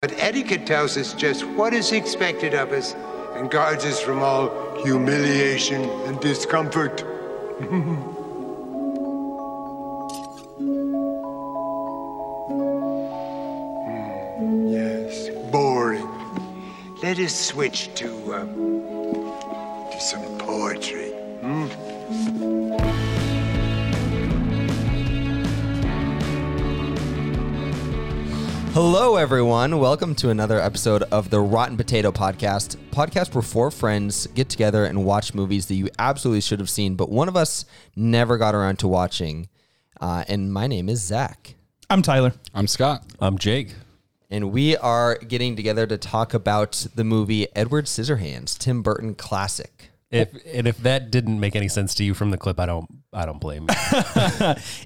But etiquette tells us just what is expected of us and guards us from all humiliation and discomfort. Mm, yes, boring. Let us switch to, um, to some poetry. Hello, everyone. Welcome to another episode of the Rotten Potato Podcast, podcast where four friends get together and watch movies that you absolutely should have seen, but one of us never got around to watching. Uh, and my name is Zach. I'm Tyler. I'm Scott. I'm Jake. And we are getting together to talk about the movie Edward Scissorhands, Tim Burton classic. If and if that didn't make any sense to you from the clip, I don't I don't blame you.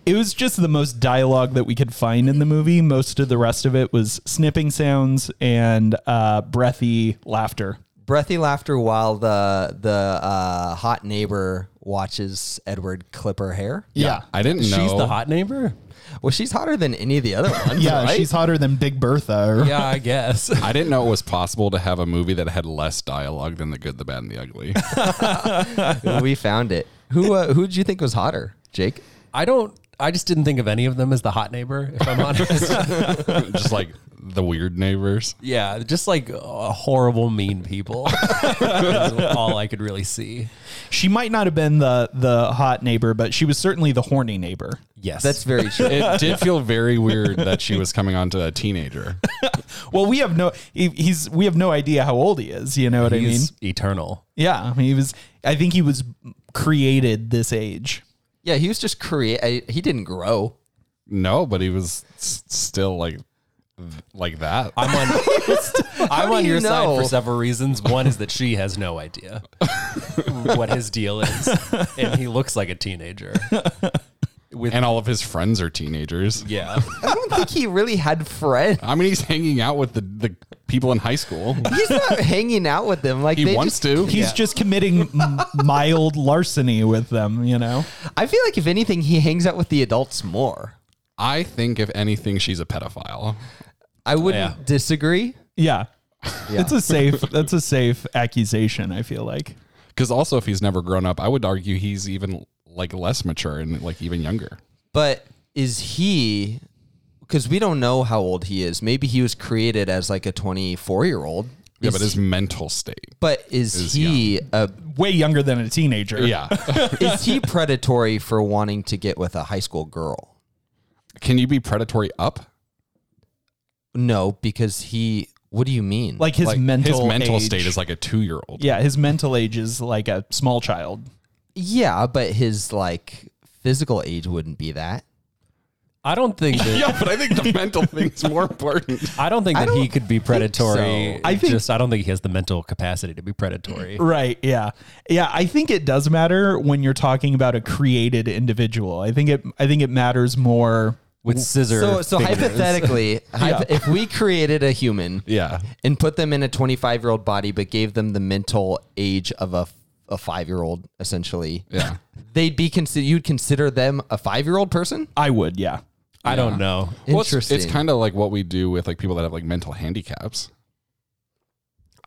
It was just the most dialogue that we could find in the movie. Most of the rest of it was snipping sounds and uh, breathy laughter. Breathy laughter while the the uh, hot neighbor watches Edward clip her hair. Yeah. I didn't know. She's the hot neighbor. Well, she's hotter than any of the other ones. Yeah, right? she's hotter than Big Bertha. Or, Yeah, I guess. I didn't know it was possible to have a movie that had less dialogue than The Good, the Bad, and the Ugly. we found it. Who uh, who did you think was hotter, Jake? I don't. I just didn't think of any of them as the hot neighbor. If I'm honest, Just like the weird neighbors. yeah, just like uh, horrible, mean people. Is all I could really see. She might not have been the the hot neighbor, but she was certainly the horny neighbor. Yes, That's very true. It did feel very weird that she was coming on to a teenager. Well, we have no he, he's we have no idea how old he is. You know what I mean? He's eternal. Yeah, I mean, he was. I think he was created this age. yeah, he was just create. I- He didn't grow. No, but he was s- still like like that. I'm on. I'm do on you your know? side for several reasons. One is that she has no idea what his deal is, and he looks like a teenager. and all of his friends are teenagers. Yeah. I don't think he really had friends. I mean, he's hanging out with the, the people in high school. He's not hanging out with them. Like He they wants just- to. He's just committing m- mild larceny with them. You know? I feel like if anything, he hangs out with the adults more. I think, if anything, she's a pedophile. I wouldn't Yeah. disagree. Yeah. That's a safe. That's a safe accusation. I feel like. Because also, if he's never grown up, I would argue he's even like less mature and like even younger. But is he? Because we don't know how old he is. Maybe he was created as like a 24 year old. Yeah, but his mental state. But is, he a, way younger than a teenager. Yeah. is he predatory for wanting to get with a high school girl? Can you be predatory up? No, because he. What do you mean? Like his Like, mental his mental age- state is like a two year old. Yeah, his mental age is like a small child. yeah, but his like physical age wouldn't be that. I don't think that. Yeah, but I think the mental thing's more important. I don't think that he could be predatory. so. I I think- Mm, just I don't think he has the mental capacity to be predatory. Right, yeah. Yeah, I think it does matter when you're talking about a created individual. I think it I think it matters more With scissor. So, so fingers. hypothetically, hypo- if we created a human Yeah. and put them in a 25 year old body, but gave them the mental age of a, a five year old, essentially, Yeah. they'd be considered, you'd consider them a five year old person? I would, yeah. I don't know. Well, it's, Interesting. it's kind of like what we do with like people that have like mental handicaps.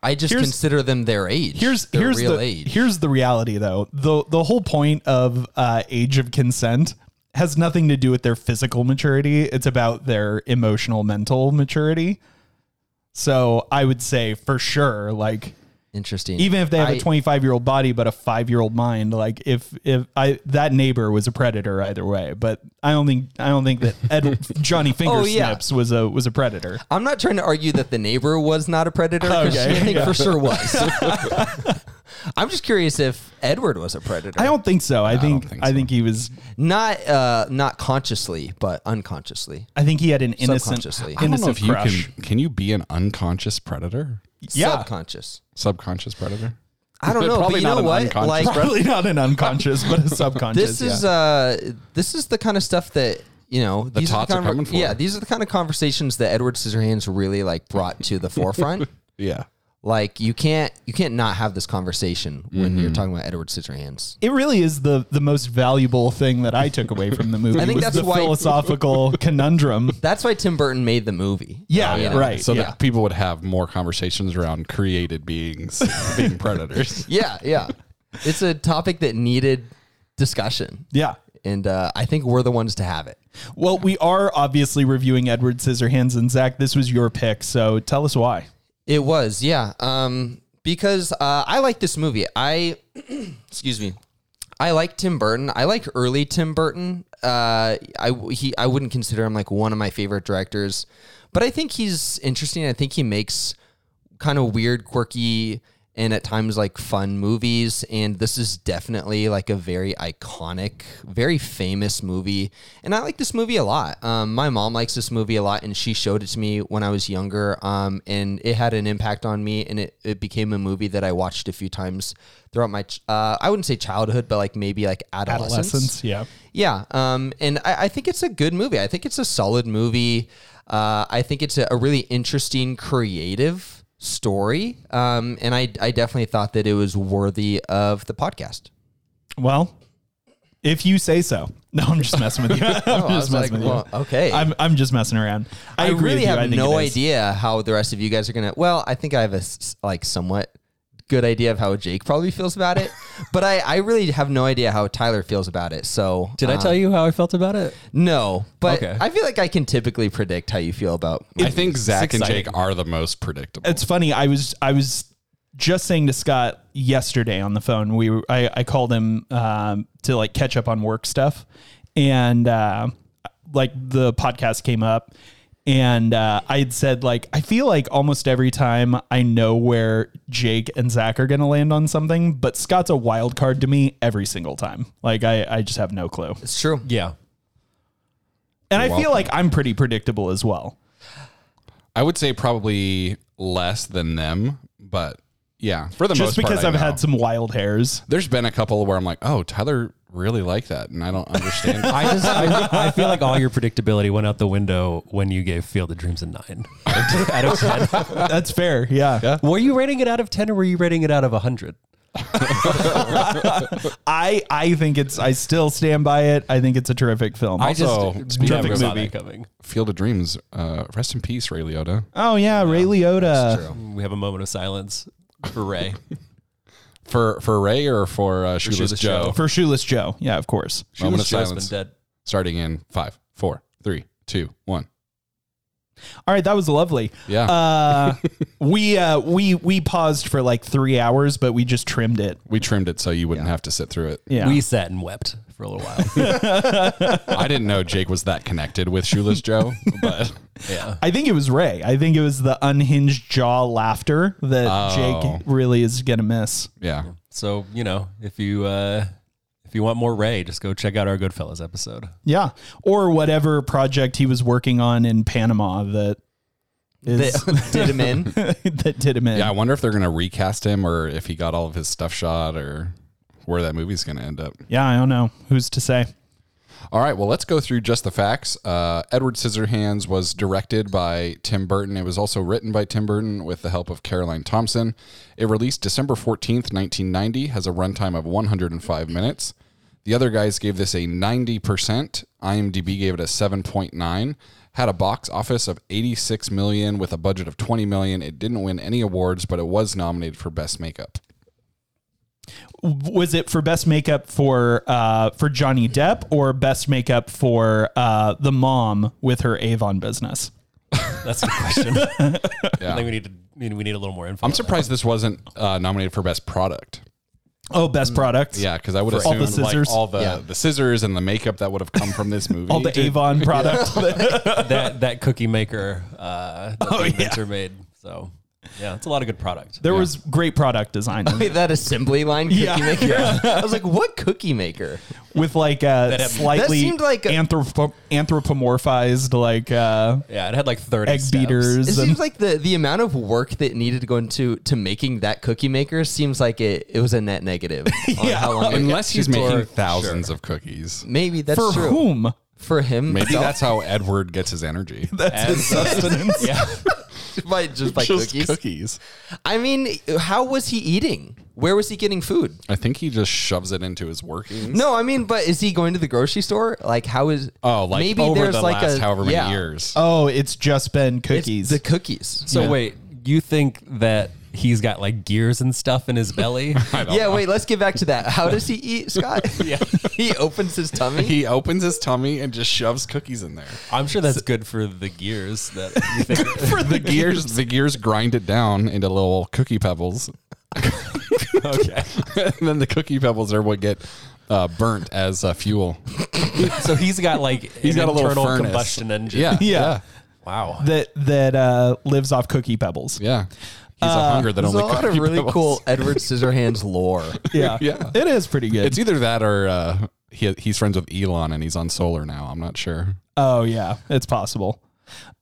I just here's- consider them their age. Here's their here's real the age. here's the reality though. The the whole point of uh, age of consent has nothing to do with their physical maturity. It's about their emotional mental maturity. So I would say for sure, like Interesting. even if they have a I- 25 year old body but a five year old mind like if if i that neighbor was a predator either way but i don't think i don't think that Ed, johnny finger Oh, yeah. snips was a was a predator I'm not trying to argue that the neighbor was not a predator. 'cause Okay. I think for sure was. I'm just curious if Edward was a predator. i don't think so i think I, think think he was not uh, not consciously, but unconsciously. i think he had an innocent Subconsciously. I I don't know innocent if you crush can. Can you be an unconscious predator? yeah Subconscious. Subconscious predator? I don't know, but Probably you not know an what? unconscious Like probably not an unconscious but a subconscious this is uh this is the kind of stuff that you know these tots are coming for. Yeah, these are the kind of conversations that Edward Scissorhands really like brought to the forefront. Yeah. Like you can't you can't not have this conversation Mm-hmm. when you're talking about Edward Scissorhands. It really is the the most valuable thing that I took away from the movie. I think was that's the why- philosophical conundrum. That's why Tim Burton made the movie. Yeah, You know? right. so yeah. that people would have more conversations around created beings being predators. Yeah, yeah. It's a topic that needed discussion. yeah. And uh, I think we're the ones to have it. Well, we are obviously reviewing Edward Scissorhands and Zach. This was your pick, so tell us why. It was, yeah. Um, because uh, I like this movie. I, excuse me, I like Tim Burton. I like early Tim Burton. Uh, I he I wouldn't consider him like one of my favorite directors, but I think he's interesting. I think he makes kind of weird, quirky, and at times like fun movies. And this is definitely like a very iconic, very famous movie. And I like this movie a lot. Um, my mom likes this movie a lot, and she showed it to me when I was younger. Um, and it had an impact on me, and it, it became a movie that I watched a few times throughout my, ch- uh, I wouldn't say childhood, but like maybe like adolescence. yeah. Yeah, um, and I, I think it's a good movie. I think it's a solid movie. Uh, I think it's a, a really interesting, creative story, um, and I, I definitely thought that it was worthy of the podcast. Well, if you say so. No, I'm just messing with you. I'm Oh, I was just like, messing with well, you. okay. I'm, I'm just messing around. I I, agree really with you. have I think no it is. idea how the rest of you guys are gonna. Well, I think I have a s- like somewhat good idea of how Jake probably feels about it, but I, I really have no idea how Tyler feels about it. So uh, Did I tell you how I felt about it? No, but Okay. I feel like I can typically predict how you feel about. I think Zach and exciting. Jake are the most predictable. It's funny. I was I was just saying to Scott yesterday on the phone. We were, I I called him um, to like catch up on work stuff, and uh, like the podcast came up, and uh, I had said like I feel like almost every time I know where Jake and Zach are gonna land on something, but Scott's a wild card to me every single time. Like I I just have no clue, It's true. Yeah. and I feel like I'm pretty predictable as well. I would say probably less than them, but yeah, for the most Just because part, I I've know. had some wild hairs. There's been a couple where I'm like, oh, Tyler really liked that, and I don't understand. I just I, I feel like all your predictability went out the window when you gave Field of Dreams a nine out of ten. That's fair. Yeah. Were you rating it out of ten or were you rating it out of hundred? I I think it's I still stand by it. I think it's a terrific film. I just- Also, never terrific saw movie. that coming. Field of Dreams. Uh, rest in peace, Ray Liotta. Oh yeah, Ray Liotta. We have a moment of silence for Ray. For for Ray or for uh, Shoeless Shoeless Joe. Joe. For Shoeless Joe. Yeah, of course. Moment of Shoeless Joe's silence. been dead. Starting in five, four, three, two, one. All right, that was lovely. Yeah, Uh we uh we we paused for like 3 hours but we just trimmed it. we trimmed it so you wouldn't have to sit through it. Yeah. We sat and wept for a little while. I didn't know Jake was that connected with Shoeless Joe, but yeah. I think it was Ray. I think it was the unhinged jaw laughter that Oh. Jake really is going to miss. yeah. So you know, if you uh, if you want more Ray, just go check out our Goodfellas episode. Yeah. Or whatever project he was working on in Panama that is That did him in. that did him in. Yeah, I wonder if they're going to recast him or if he got all of his stuff shot or where that movie's going to end up. yeah, I don't know who's to say. All right, well, let's go through just the facts. Uh, Edward Scissorhands was directed by Tim Burton. It was also written by Tim Burton with the help of Caroline Thompson. It released December 14th, 1990, has a runtime of 105 minutes. The other guys gave this a 90%. IMDb gave it a 7.9. Had a box office of 86 million with a budget of 20 million. It didn't win any awards, but it was nominated for best makeup. was it for best makeup for uh, for Johnny Depp or best makeup for uh, the mom with her Avon business? That's the question. I Yeah. think we need to we need a little more info. I'm surprised this wasn't uh, nominated for best product. Oh, best product. Yeah, because I would assume all the like scissors. all the, Yeah. the scissors and the makeup that would have come from this movie. all the Avon product. that that cookie maker uh, that Oh, the inventor made. So yeah, it's a lot of good product. There was great product design in Wait, it that assembly line cookie Yeah. maker. I was like, what cookie maker? with like uh, had- slightly That seemed like a- anthrop- anthropomorphized like uh, yeah, it had like 30 egg steps. It beaters. seems And, like the, the amount of work that needed to go into to making that cookie maker seems like it, it was a net negative. on how long it- Unless he's making Sure. thousands of cookies. Maybe that's for true. whom? For him, Maybe itself. that's how Edward gets his energy. That's his sustenance. Yeah. by just by Just cookies. cookies. I mean, how was he eating? Where was he getting food? I think he just shoves it into his workings. No, I mean, but is he going to the grocery store? Like, how is? Oh, like over the last however many yeah, years. Oh, it's just been it's cookies. The cookies. So wait, you think that he's got like gears and stuff in his belly? Yeah, wait. Let's get back to that. How does he eat, Scott? yeah, he opens his tummy. He opens his tummy and just shoves cookies in there. I'm sure that's good for the gears that you think For the gears, the gears grind it down into little cookie pebbles. okay, and then the cookie pebbles are what get uh, burnt as uh, fuel. so he's got like he's got a little internal furnace. combustion engine. Yeah, yeah. Wow. That that uh, lives off cookie pebbles. yeah. He's a hunger that There's a only lot of cookie really pebbles. cool Edward Scissorhands lore. Yeah. Yeah. It is pretty good. It's either that or uh, he, he's friends with Elon and he's on solar now. I'm not sure. oh yeah, it's possible.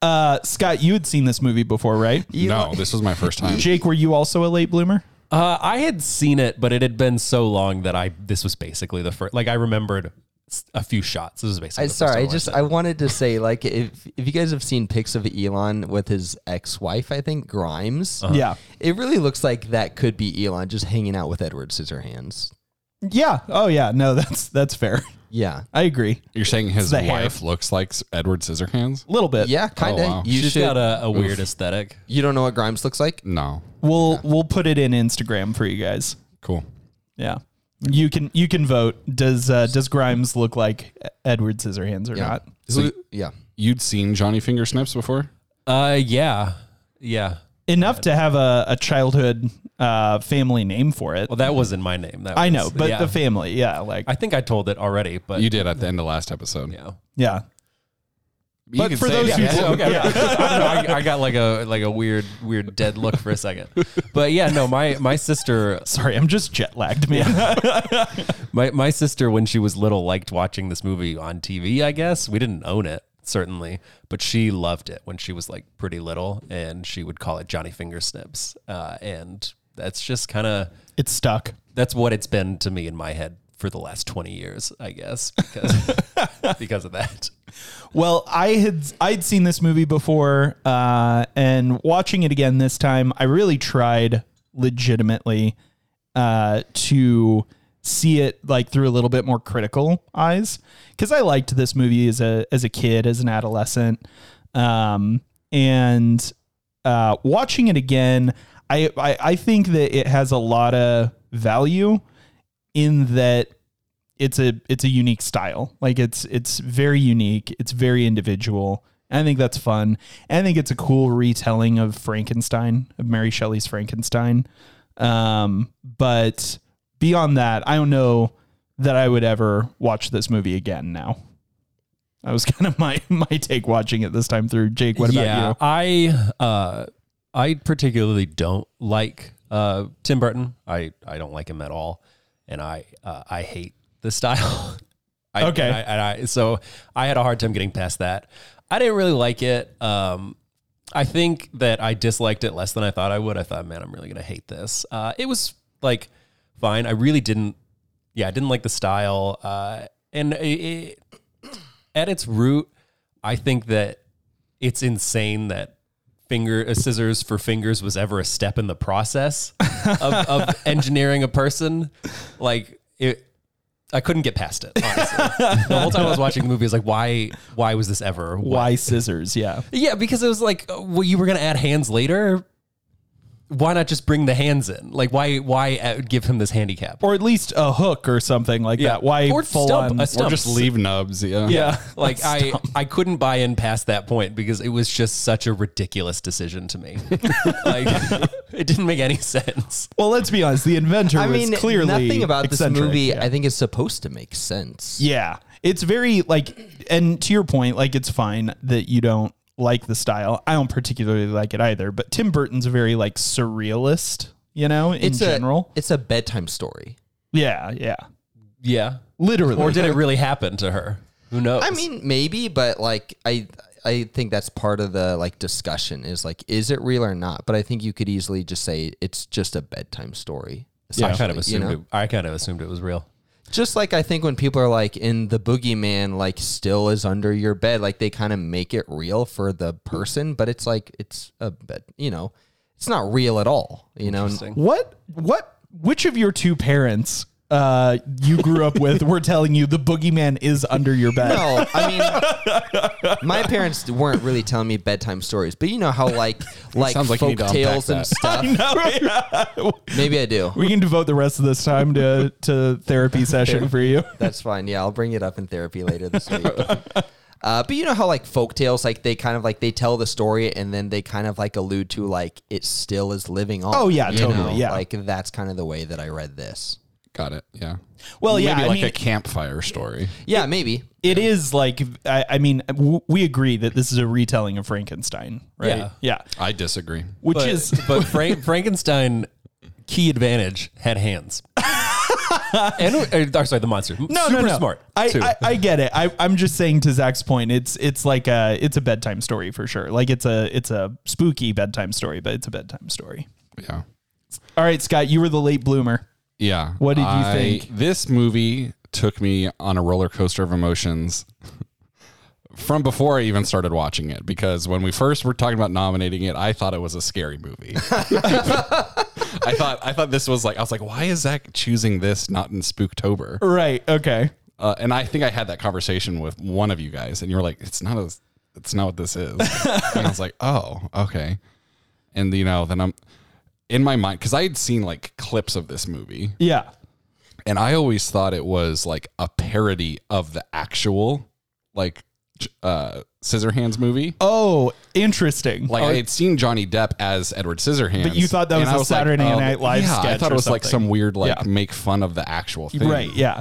Uh, Scott, you had seen this movie before, right? no, this was my first time. Jake, were you also a late bloomer? Uh, I had seen it, but it had been so long that I this was basically the first. Like I remembered s- a few shots. This was basically. I, the first sorry, I time just watched I wanted to say like if if you guys have seen pics of Elon with his ex-wife, I think Grimes. Uh-huh. Uh. Yeah. It really looks like that could be Elon just hanging out with Edward Scissorhands. Yeah. Oh yeah. No, that's that's fair. Yeah. I agree. You're saying his the wife hair. looks like Edward Scissorhands? A little bit. Yeah, kind of. wow. You Oh, She's should. got a, a weird aesthetic. you don't know what Grimes looks like? No. We'll we'll put it in Instagram for you guys. Cool. Yeah. You can you can vote. Does uh, does Grimes look like Edward Scissorhands or not? So Yeah. you'd seen Johnny Finger Snaps before? Uh, yeah, yeah. Enough to have a, a childhood uh, family name for it. Well, that wasn't my name. That I was- know, but yeah. the family, yeah, like I think I told it already, but You did at the end of last episode. Uh, yeah. yeah. You But can for say those it who again. didn't- okay. I, don't know, I- I got like a like a weird weird dead look for a second, but yeah, no. My my sister Sorry, I'm just jet lagged, man. My my sister when she was little liked watching this movie on TV, I guess. We didn't own it, certainly, but she loved it when she was like pretty little and she would call it Johnny Finger Snips. Uh, and that's just kind of It's stuck. that's what it's been to me in my head for the last 20 years, I guess, because because of that. Well, I had I'd seen this movie before, uh, and watching it again this time, I really tried legitimately uh, to see it like through a little bit more critical eyes because I liked this movie as a as a kid, as an adolescent, um, and uh, watching it again, I, I I think that it has a lot of value in that it's a it's a unique style. Like it's it's very unique. It's very individual. And I think that's fun. And I think it's a cool retelling of Frankenstein, of Mary Shelley's Frankenstein. Um, but beyond that, I don't know that I would ever watch this movie again now. That was kind of my my take watching it this time through. Jake, what about you? I uh, I particularly don't like uh, Tim Burton. I, I don't like him at all, and I uh, I hate the style. I, Okay. and I, and I, so I had a hard time getting past that. I didn't really like it. Um, I think that I disliked it less than I thought I would. I thought, man, I'm really gonna hate this. Uh, it was like fine. I really didn't. Yeah, I didn't like the style. Uh, and it, it- at its root, I think that it's insane that finger uh, scissors for fingers was ever a step in the process of, of engineering a person. Like it, I couldn't get past it. Honestly. the whole time I was watching the movie, I was like, why? Why was this ever? What- Why scissors? Yeah. yeah, because it was like, uh, well, you were gonna add hands later. Why not just bring the hands in? Like, why? Why uh, give him this handicap? Or at least a hook or something like that. Why or full stump, on a Or stump. just leave nubs. Yeah. Yeah. Like I, I couldn't buy in past that point because it was just such a ridiculous decision to me. like it didn't make any sense. Well, let's be honest. The inventor I mean, was clearly nothing about this eccentric. movie Yeah. I think is supposed to make sense. yeah, it's very like, and to your point, like it's fine that you don't like the style. I don't particularly like it either. But Tim Burton's very like surrealist, you know, in It's general. a it's a bedtime story. yeah, yeah, Yeah. literally. Or did it really happen to her? Who knows? I mean, maybe, but like I I think that's part of the like discussion is like is it real or not? But I think you could easily just say it's just a bedtime story. I kind essentially, of you assumed know? it, I kind of assumed it was real. Just like I think when people are like in the boogeyman, like still is under your bed, like they kind of make it real for the person, but it's like it's a bed, you know, it's not real at all, you know. What what which of your two parents uh you grew up with were telling you the boogeyman is under your bed? No, I mean, my parents weren't really telling me bedtime stories, but you know how like like sounds like you folk need to tales and unpack stuff. Maybe I do. We can devote the rest of this time to to therapy session for you. That's fine. Yeah, I'll bring it up in therapy later this week. Uh, but you know how like folk tales, like they kind of like they tell the story and then they kind of like allude to like it still is living on. Oh, yeah, you totally, yeah. like that's kind of the way that I read this. Got it. Yeah. Well, yeah, Maybe I like mean- a campfire story. Yeah, maybe. It is like I, I mean w- we agree that this is a retelling of Frankenstein, right? Yeah. I disagree. which But, is but Frank, Frankenstein key advantage had hands. and or, sorry, the monster. no, Super no, no. smart. I, too. I, I get it. I, I'm just saying to Zach's point, it's it's like a it's a bedtime story for sure. Like it's a it's a spooky bedtime story, but it's a bedtime story. Yeah. All right, Scott, you were the late bloomer. Yeah. What did you I- think? This movie took me on a roller coaster of emotions from before I even started watching it because when we first were talking about nominating it, I thought it was a scary movie. I thought I thought this was like I was like, why is Zach choosing this not in Spooktober? Right. Okay. Uh, and I think I had that conversation with one of you guys, and you were like, "It's not a, it's not what this is." and I was like, "Oh, okay." And you know, then I'm in my mind because I had seen like clips of this movie, Yeah. and I always thought it was like a parody of the actual like j- uh, Scissorhands movie. Oh, interesting. Like I had seen Johnny Depp as Edward Scissorhands, But you thought that and was I a Saturday oh, Night Live yeah, I sketch thought or it was like something. some weird like Yeah. make fun of the actual thing. Oh, right. Yeah.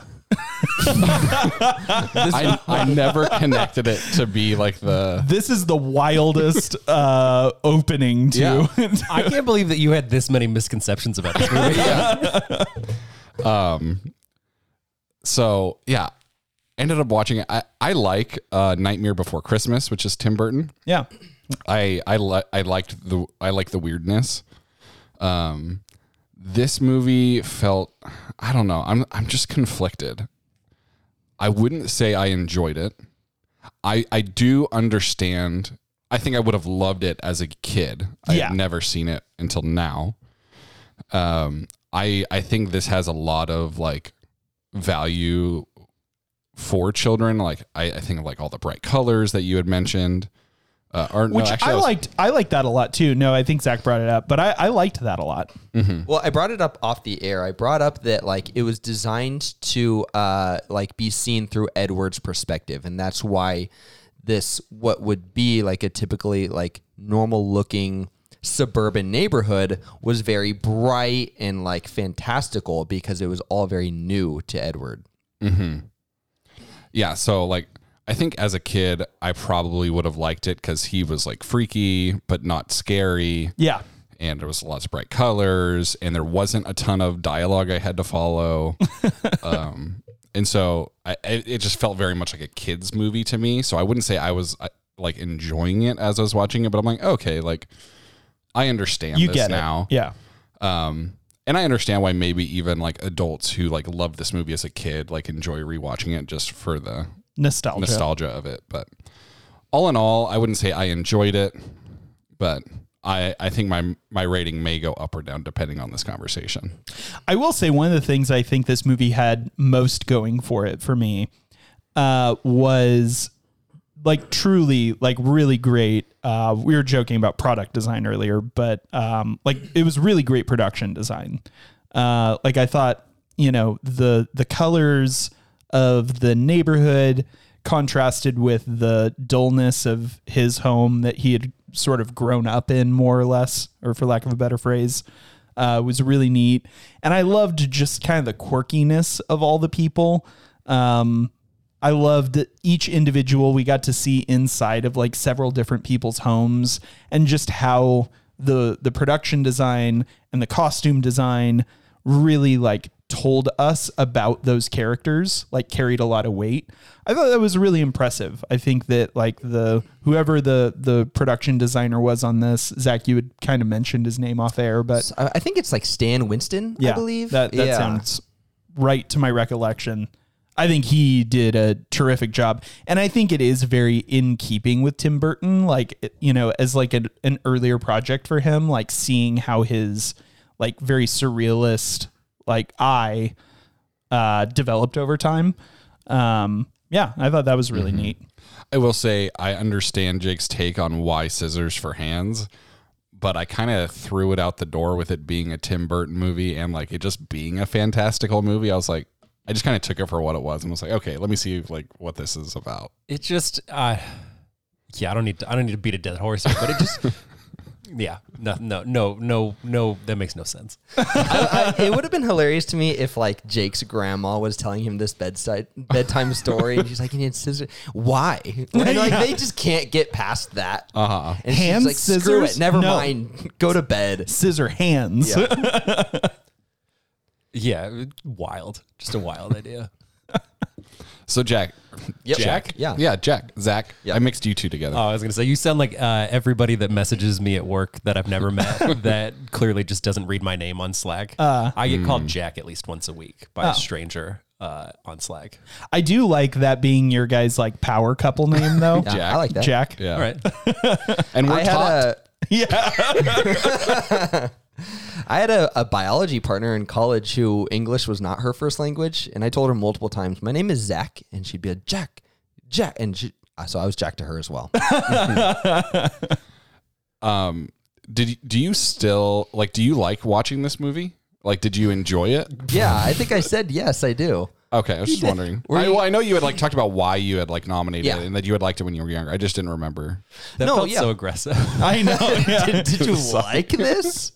I, I never connected it to be like the This is the wildest uh, opening to. I can't believe that you had this many misconceptions about this movie. so yeah ended up watching it i, I like uh, nightmare before christmas which is tim burton yeah. i i, li- I liked the i like the weirdness um this movie felt i don't know i'm i'm just conflicted i wouldn't say i enjoyed it i i do understand i think i would have loved it as a kid Yeah. i've never seen it until now um i i think this has a lot of like value for children like i, I think of like all the bright colors that you had mentioned uh, or, no, Which actually, I was- liked. I liked that a lot too. No, I think Zach brought it up, but I, I liked that a lot. Well, I brought it up off the air. I brought up that like it was designed to uh like be seen through Edward's perspective, and that's why this what would be like a typically like normal looking suburban neighborhood was very bright and like fantastical because it was all very new to Edward. yeah so like i think as a kid i probably would have liked it because he was like freaky but not scary Yeah. and there was lots of bright colors and there wasn't a ton of dialogue i had to follow um, and so I, I- it just felt very much like a kids movie to me so i wouldn't say i was uh, like enjoying it as i was watching it but i'm like okay like i understand You this get now it. Yeah. um and i understand why maybe even like adults who like love this movie as a kid like enjoy rewatching it just for the Nostalgia. nostalgia of it. But all in all, I wouldn't say I enjoyed it, but I I think my my rating may go up or down depending on this conversation. I will say one of the things I think this movie had most going for it for me uh, was like truly like really great. Uh, we were joking about product design earlier, but um, like it was really great production design. Uh, like I thought, you know, the the colors of the neighborhood contrasted with the dullness of his home that he had sort of grown up in, more or less, or for lack of a better phrase uh, was really neat. And I loved just kind of the quirkiness of all the people. Um, I loved each individual. We got to see inside of like several different people's homes and just how the the production design and the costume design really like told us about those characters like carried a lot of weight. I thought that was really impressive. I think that like the whoever the the production designer was on this, Zach, you had kind of mentioned his name off air, but I I think it's like Stan Winston, I believe. that, that Yeah. sounds right to my recollection, I think he did a terrific job, and I think it is very in keeping with Tim Burton, like it- you know, as like an, an earlier project for him, like seeing how his like very surrealist like eye uh, developed over time. Um, yeah, I thought that was Mm-hmm. really neat. I will say I understand Jake's take on why scissors for hands, but I kind of threw it out the door with it being a Tim Burton movie and like it just being a fantastical movie. I was like, I just kind of took it for what it was and was like, okay, let me see like what this is about. It just, uh, yeah, I don't need to, I don't need to beat a dead horse, here, but it just, yeah, no, no, no, no, no, that makes no sense. I, I, it would have been hilarious to me if like Jake's grandma was telling him this bedside bedtime story, and she's like, "You need scissors? Why? And, like they just can't get past that." Uh huh. And Uh-huh. Hand she's like, "Screw scissors? it, never No. mind. Go to bed." Scissor hands. Yeah. Yeah, wild, just a wild idea. So Jack, Yep. Jack, Yeah. yeah, Jack, Zach. Yeah. I mixed you two together. Oh, I was gonna say you sound like uh, everybody that messages me at work that I've never met that clearly just doesn't read my name on Slack. Uh. I get Hmm. called Jack at least once a week by Oh. a stranger uh, on Slack. I do like that being your guys like power couple name though. Yeah, Jack. I like that. Jack. yeah, All right, and we're I had taught. a yeah. I had a, a biology partner in college who English was not her first language, and I told her multiple times, "My name is Zach," and she'd be like, "Jack, Jack," and she, uh, so I was Jack to her as well. um, did you- do you still like? Do you like watching this movie? Like, did you enjoy it? yeah, I think I said yes, I do. Okay, I was just wondering. I, well, I know you had like talked about why you had like nominated Yeah. it and that you had liked it when you were younger. I just didn't remember. that No, felt yeah. so aggressive. I know. yeah. did, did you like this?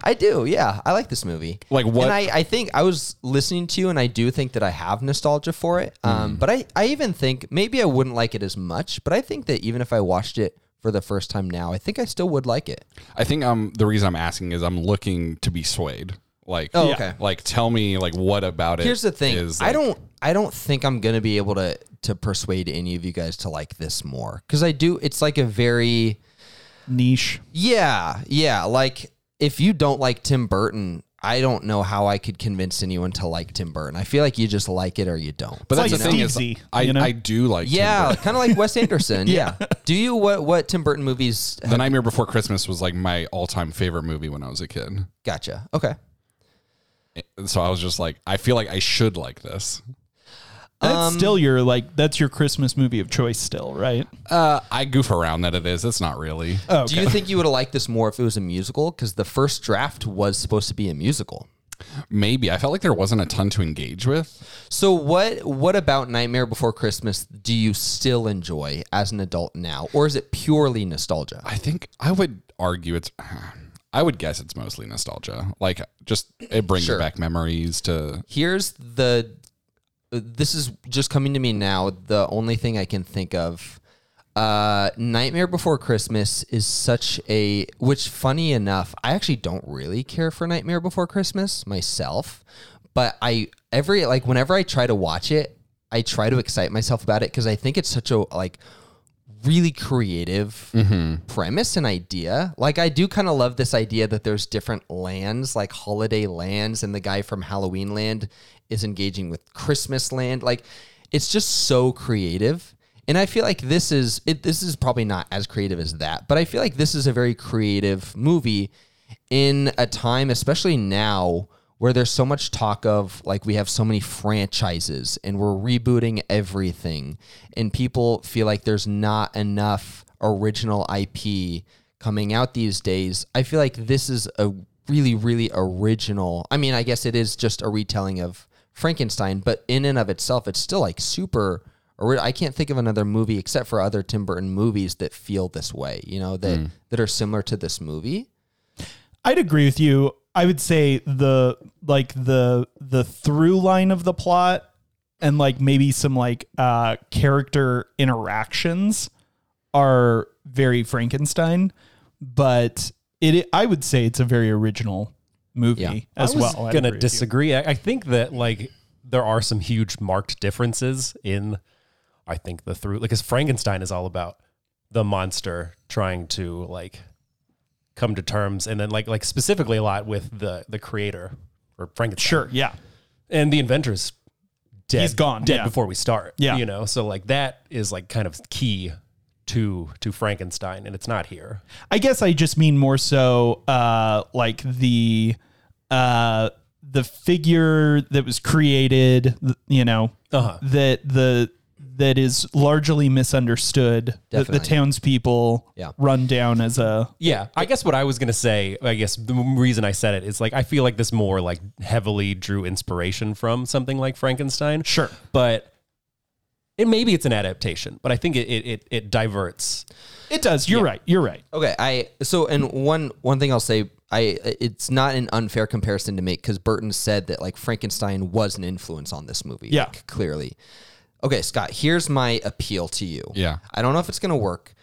I do, yeah. I like this movie. Like what- And I, I think I was listening to you, and I do think that I have nostalgia for it. Um, Mm. But I, I even think maybe I wouldn't like it as much, but I think that even if I watched it for the first time now, I think I still would like it. I think um the reason I'm asking is I'm looking to be swayed. Like, Oh, okay. Like, tell me like what about it? Here's the thing: is, I like- don't, I don't think I'm gonna be able to to persuade any of you guys to like this more because I do. It's like a very Niche. Yeah, yeah. Like if you don't like Tim Burton, I don't know how I could convince anyone to like Tim Burton. I feel like you just like it or you don't. But that's like the thing Steve is, Z, I you know? I do like. Tim yeah, Burton. kind of like Wes Anderson. yeah. Do you what what Tim Burton movies? The Nightmare Before Christmas was like my all time favorite movie when I was a kid. Gotcha. Okay. And so I was just like, I feel like I should like this. That's still your like that's your Christmas movie of choice still, right? Uh, I goof around that it is. It's not really. Oh, Do you think you would have liked this more if it was a musical? Because the first draft was supposed to be a musical. Maybe I felt like there wasn't a ton to engage with. So what what about Nightmare Before Christmas do you still enjoy as an adult now, or is it purely nostalgia? I think I would argue it's. I would guess it's mostly nostalgia. Like, just it brings Sure. back memories to. here's the this is just coming to me now the only thing i can think of uh nightmare before christmas is such a which funny enough i actually don't really care for nightmare before christmas myself but i every like whenever i try to watch it i try to excite myself about it because i think it's such a like really creative premise and idea. Like I do kind of love this idea that there's different lands, like holiday lands, and the guy from Halloween Land is engaging with Christmas Land. Like it's just so creative. And I feel like this is it, this is probably not as creative as that, but I feel like this is a very creative movie in a time, especially now, where there's so much talk of like we have so many franchises and we're rebooting everything, and people feel like there's not enough original IP coming out these days. I feel like this is a really, really original. I mean, I guess it is just a retelling of Frankenstein, but in and of itself, it's still like super. ori- I can't think of another movie except for other Tim Burton movies that feel this way, you know, that that are similar to this movie. I'd agree with you. I would say the like the the through line of the plot and like maybe some like uh character interactions are very Frankenstein, but it I would say it's a very original movie Yeah. as I was well. I'd agree gonna with you. disagree. I, I think that like there are some huge marked differences in. I think the through like because Frankenstein is all about the monster trying to like come to terms, and then like like specifically a lot with the the creator or Frankenstein. Sure, yeah. and the inventor's dead. He's gone, dead yeah. before we start. Yeah. you know, so like that is like kind of key to to Frankenstein, and it's not here. I guess I just mean more so uh, like the uh, the figure that was created, th- you know, Uh-huh. that the that is largely misunderstood. That the Definitely. townspeople Yeah. run down as a Yeah, I guess what I was gonna say, I guess the reason I said it is like I feel like this more like heavily drew inspiration from something like Frankenstein. Sure. but and maybe it's an adaptation, but I think it it it, it diverts. It does. You're right. You're right. Okay, I so and one one thing I'll say, I it's not an unfair comparison to make because Burton said that like Frankenstein was an influence on this movie. Yeah. like, clearly. Okay, Scott. Here's my appeal to you. Yeah. I don't know if it's gonna work.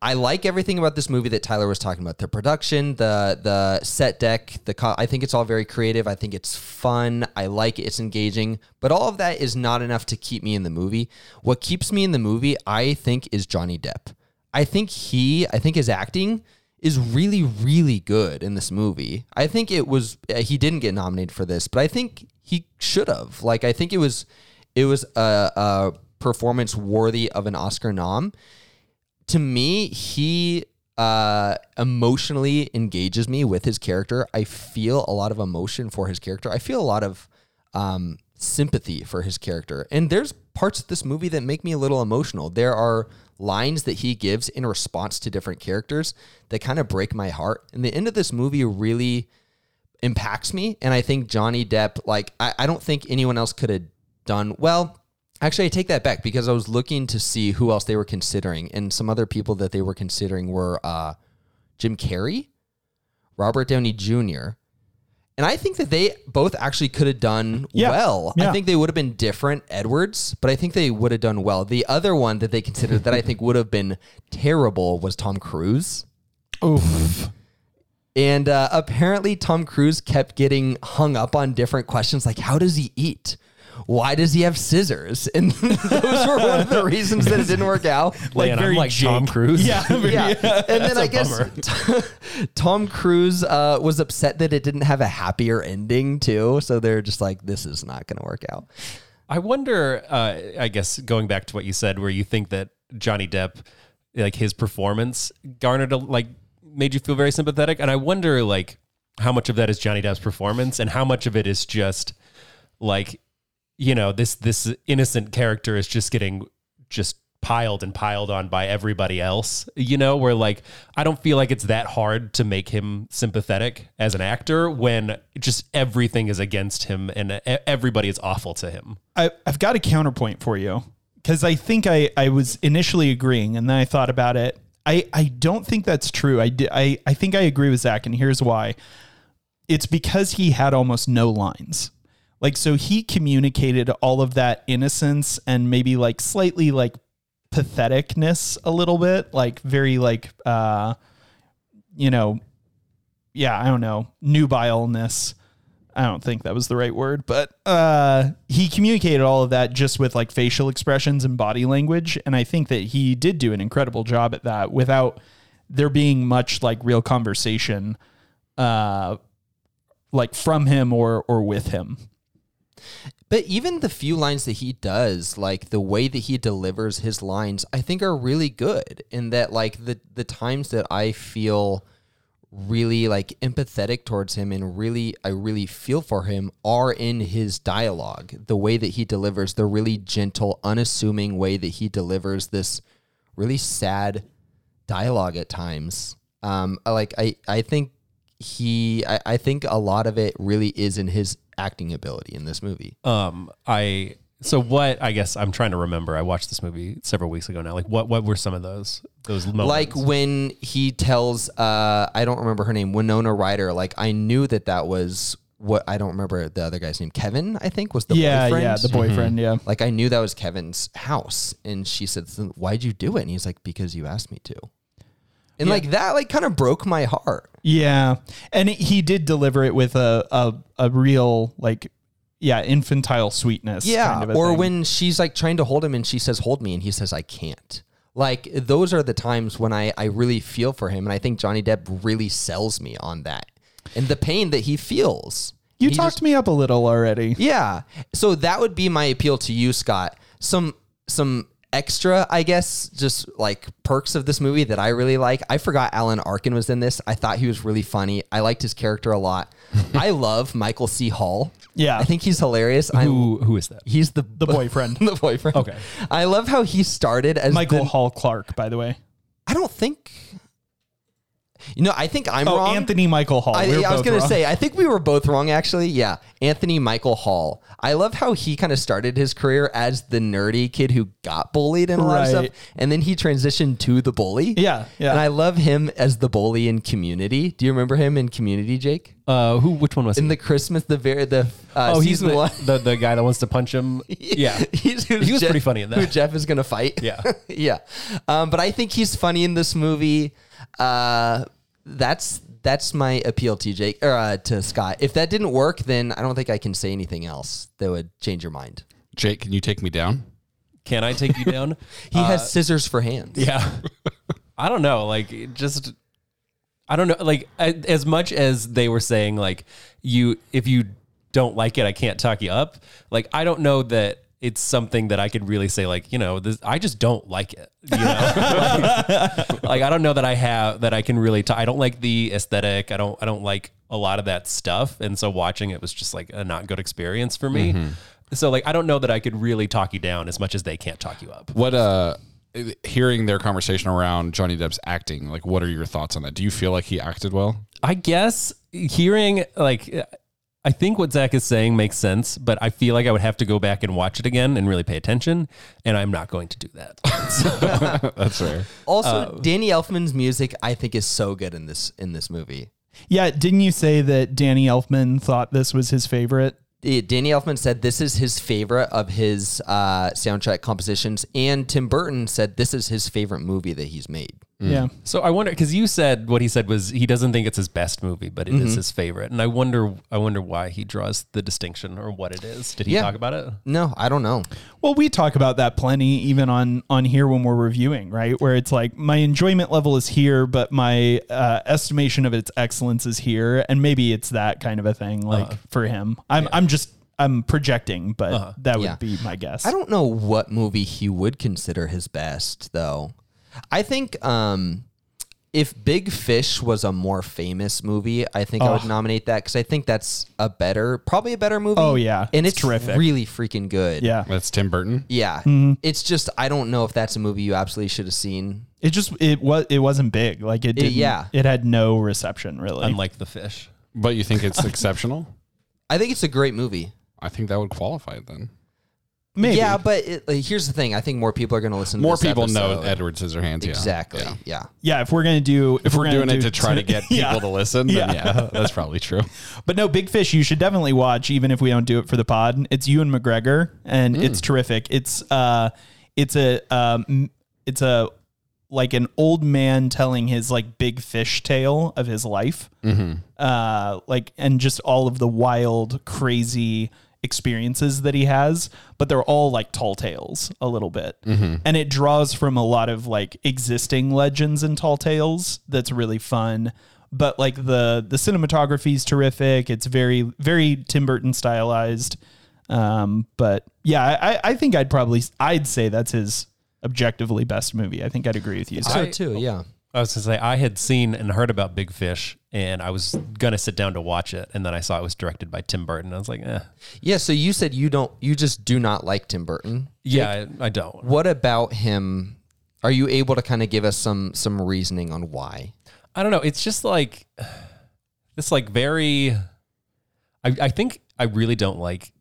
I like everything about this movie that Tyler was talking about. The production, the the set deck, the co- I think it's all very creative. I think it's fun. I like it. It's engaging. But all of that is not enough to keep me in the movie. What keeps me in the movie, I think, is Johnny Depp. I think he, I think his acting is really really good in this movie. I think it was uh, he didn't get nominated for this, but I think he should have. Like I think it was it was a, a performance worthy of an Oscar nom to me, he uh, emotionally engages me with his character. I feel a lot of emotion for his character. I feel a lot of um, sympathy for his character. And there's parts of this movie that make me a little emotional. There are lines that he gives in response to different characters that kind of break my heart. And the end of this movie really impacts me. And I think Johnny Depp, like, I, I don't think anyone else could have done well. Actually, I take that back because I was looking to see who else they were considering, and some other people that they were considering were uh, Jim Carrey, Robert Downey Jr., and I think that they both actually could have done Yeah. well. I Yeah. think they would have been different Edwards, but I think they would have done well. The other one that they considered that I think would have been terrible was Tom Cruise. And uh, apparently, Tom Cruise kept getting hung up on different questions like, how does he eat? Why does he have scissors? And those were one of the reasons that it didn't work out. Like and I'm like Tom Cruise. Yeah. Yeah. And then I guess bummer. t- Tom Cruise uh, was upset that it didn't have a happier ending, too. So they're just like, this is not going to work out. I wonder. Uh, I guess going back to what you said, where you think that Johnny Depp, like his performance, garnered a, like made you feel very sympathetic, and I wonder like how much of that is Johnny Depp's performance, and how much of it is just like you know this this innocent character is just getting just piled and piled on by everybody else you know where like i don't feel like it's that hard to make him sympathetic as an actor when just everything is against him and e- everybody is awful to him I, I've got a counterpoint for you because I think I, I was initially agreeing and then I thought about it. I, I don't think that's true. I, di- I, I think I agree with Zach, and here's why it's because he had almost no lines. Like, so he communicated all of that innocence and maybe like slightly like patheticness a little bit, like very like, uh, you know, yeah, I don't know, nubileness. I don't think that was the right word, but uh, he communicated all of that just with like facial expressions and body language. And I think that he did do an incredible job at that without there being much like real conversation, uh, like from him or, or with him. But even the few lines that he does, like the way that he delivers his lines, I think are really good. In that, like the the times that I feel really like empathetic towards him and really I really feel for him are in his dialogue. The way that he delivers the really gentle, unassuming way that he delivers this really sad dialogue at times. Um, I like I I think he I, I think a lot of it really is in his acting ability in this movie. um i so what i guess i'm trying to remember i watched this movie several weeks ago now like what what were some of those those moments like when he tells uh i don't remember her name winona ryder like i knew that that was what i don't remember the other guy's name kevin i think was the yeah, boyfriend yeah, the boyfriend, Mm-hmm. yeah. like i knew that was kevin's house and she said why'd you do it and he's like because you asked me to and like that like kind of broke my heart Yeah, and it- he did deliver it with a a, a real like yeah infantile sweetness. yeah kind of a or thing. when she's like trying to hold him and she says hold me and he says i can't like those are the times when I, I really feel for him and i think johnny depp really sells me on that and the pain that he feels You He talked just- me up a little already. Yeah. So that would be my appeal to you, Scott. Some some extra, I guess, just like perks of this movie that I really like. I forgot Alan Arkin was in this. I thought he was really funny. I liked his character a lot. I love Michael C. Hall. Yeah. I think he's hilarious. I Who who is that? he's the The boyfriend. the boyfriend. Okay. I love how he started as Michael the- Hall Clark, by the way. I don't think you know, I think I'm Oh, wrong. Anthony Michael Hall. I, We were I was both going to wrong. say, uh, I think we were both wrong, actually. Yeah. Anthony Michael Hall. I love how he kind of started his career as the nerdy kid who got bullied and a lot of Right. stuff. And then he transitioned to the bully. Yeah, yeah. And I love him as the bully in community. Do you remember him in community, Jake? Uh, who? Which one was? In he? the Christmas, the very, the, uh, oh, he's season the, one. the the guy that wants to punch him. Yeah, he's, who He was pretty funny in that. Who Jeff is going to fight. Yeah. yeah. Um, but I think he's funny in this movie. Uh, that's that's my appeal to Jake or uh, to Scott. If that didn't work, then I don't think I can say anything else that would change your mind. Jake, can you take me down? Can I take you down? He has scissors for hands. Yeah. I don't know. Like, it just, I don't know. Like, I, as much as they were saying, like, you, if you don't like it, I can't talk you up. Like, I don't know that it's something that I could really say, like, you know, this, I just don't like it. You know, like, like, I don't know that I have, that I can really, I I don't like the aesthetic. I don't, I don't like a lot of that stuff. And so watching it was just like a not good experience for me. So like I don't know that I could really talk you down as much as they can't talk you up. What uh hearing their conversation around Johnny Depp's acting, like what are your thoughts on that? Do you feel like he acted well? I guess hearing like I think what Zach is saying makes sense, but I feel like I would have to go back and watch it again and really pay attention, and I'm not going to do that. So, That's fair. Also, Danny Elfman's music I think is so good in this in this movie. Yeah, didn't you say that Danny Elfman thought this was his favorite? Yeah, Danny Elfman said this is his favorite of his uh, soundtrack compositions, and Tim Burton said this is his favorite movie that he's made. Yeah. so I wonder because you said what he said was he doesn't think it's his best movie, but it is his favorite, and I wonder I wonder why he draws the distinction or what it is. Did he Yeah. talk about it? No, I don't know. Well, we talk about that plenty even on on here when we're reviewing, right? Where it's like my enjoyment level is here, but my uh, estimation of its excellence is here, and maybe it's that kind of a thing like for him. I'm I'm just I'm projecting, but that would Yeah. be my guess. I don't know what movie he would consider his best, though. I think um, if Big Fish was a more famous movie, I think I would nominate that because I think that's a better, probably a better movie. Oh, yeah. and it's, It's terrific. really freaking good. yeah. Mm-hmm. That's Tim Burton. yeah. It's just I don't know if that's a movie you absolutely should have seen. It just it was it wasn't big. Like it didn't, yeah. It had no reception really. Unlike the fish. But you think it's exceptional? I think it's a great movie. I think that would qualify it then. Maybe. Yeah, but it, like, here's the thing: I think more people are going to listen. to More this people know episode. Edward Scissorhands. yeah. Exactly. Yeah. yeah. Yeah, if we're gonna do If we're, gonna doing it do- to try to get people Yeah. to listen, then Yeah. yeah. that's probably true. But no, Big Fish, you should definitely watch, even if we don't do it for the pod. It's Ewan McGregor, and it's terrific. It's uh, it's a um, it's a like an old man telling his like big fish tale of his life, uh, like and just all of the wild, crazy experiences that he has. But they're all like tall tales a little bit, and it draws from a lot of like existing legends and tall tales. That's really fun but like the the cinematography is terrific. It's very very Tim Burton stylized. Um, but yeah, I, I think I'd probably I'd say that's his objectively best movie. I think I'd agree with you. So too. Yeah. I was gonna say I had seen and heard about Big Fish, and I was gonna sit down to watch it, and then I saw it was directed by Tim Burton. I was like, eh. Yeah. So you said you don't. You just do not like Tim Burton. yeah, I, I don't. What about him? Are you able to kind of give us some some reasoning on why? I don't know. It's just like this, like very. I, I think I really don't like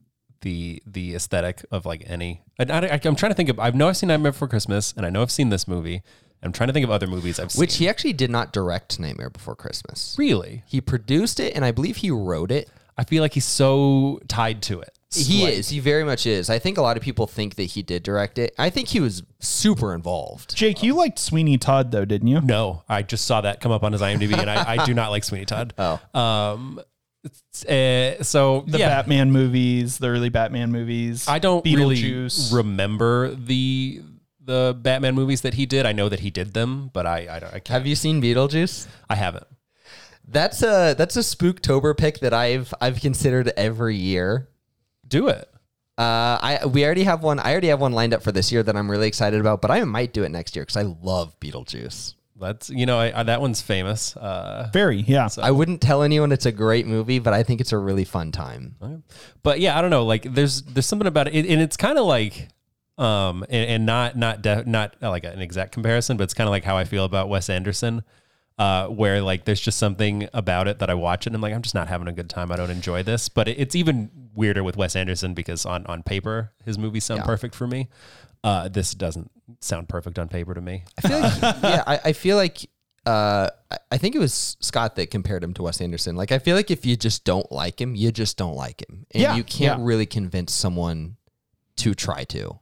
the the aesthetic of like any. I, I, I'm trying to think of. I know I've seen Nightmare Before Christmas, and I know I've seen this movie. I'm trying to think of other movies I've Which seen. he actually did not direct Nightmare Before Christmas. really, He produced it, and I believe he wrote it. I feel like he's so tied to it. He is. He very much is. I think a lot of people think that he did direct it. I think he was super involved. Jake, you liked Sweeney Todd though, didn't you? No, I just saw that come up on his IMDb, and I, I do not like Sweeney Todd. Oh, um, it's, uh, so The yeah, Batman movies, the early Batman movies. I don't really Beetlejuice. remember the the Batman movies that he did. I know that he did them, but I I, don't, I can't. Have you seen Beetlejuice? I haven't. That's a that's a Spooktober pick that I've I've considered every year. Do it. Uh, I we already have one. I already have one lined up for this year that I'm really excited about, but I might do it next year because I love Beetlejuice. That's you know I, I, that one's famous. Uh, Very, yeah. I wouldn't tell anyone it's a great movie, but I think it's a really fun time. but yeah, I don't know. Like there's there's something about it, and it's kind of like, um, and, and not not de- not uh, like an exact comparison, but it's kind of like how I feel about Wes Anderson, uh, where like there's just something about it that I watch it and I'm like I'm just not having a good time. I don't enjoy this. But it, it's even weirder with Wes Anderson because on on paper his movies sound perfect for me. Uh, this doesn't sound perfect on paper to me. I feel like, yeah, I, I feel like uh, I- I think it was Scott that compared him to Wes Anderson. Like, I feel like if you just don't like him, you just don't like him, and Yeah, you can't yeah. really convince someone to try to.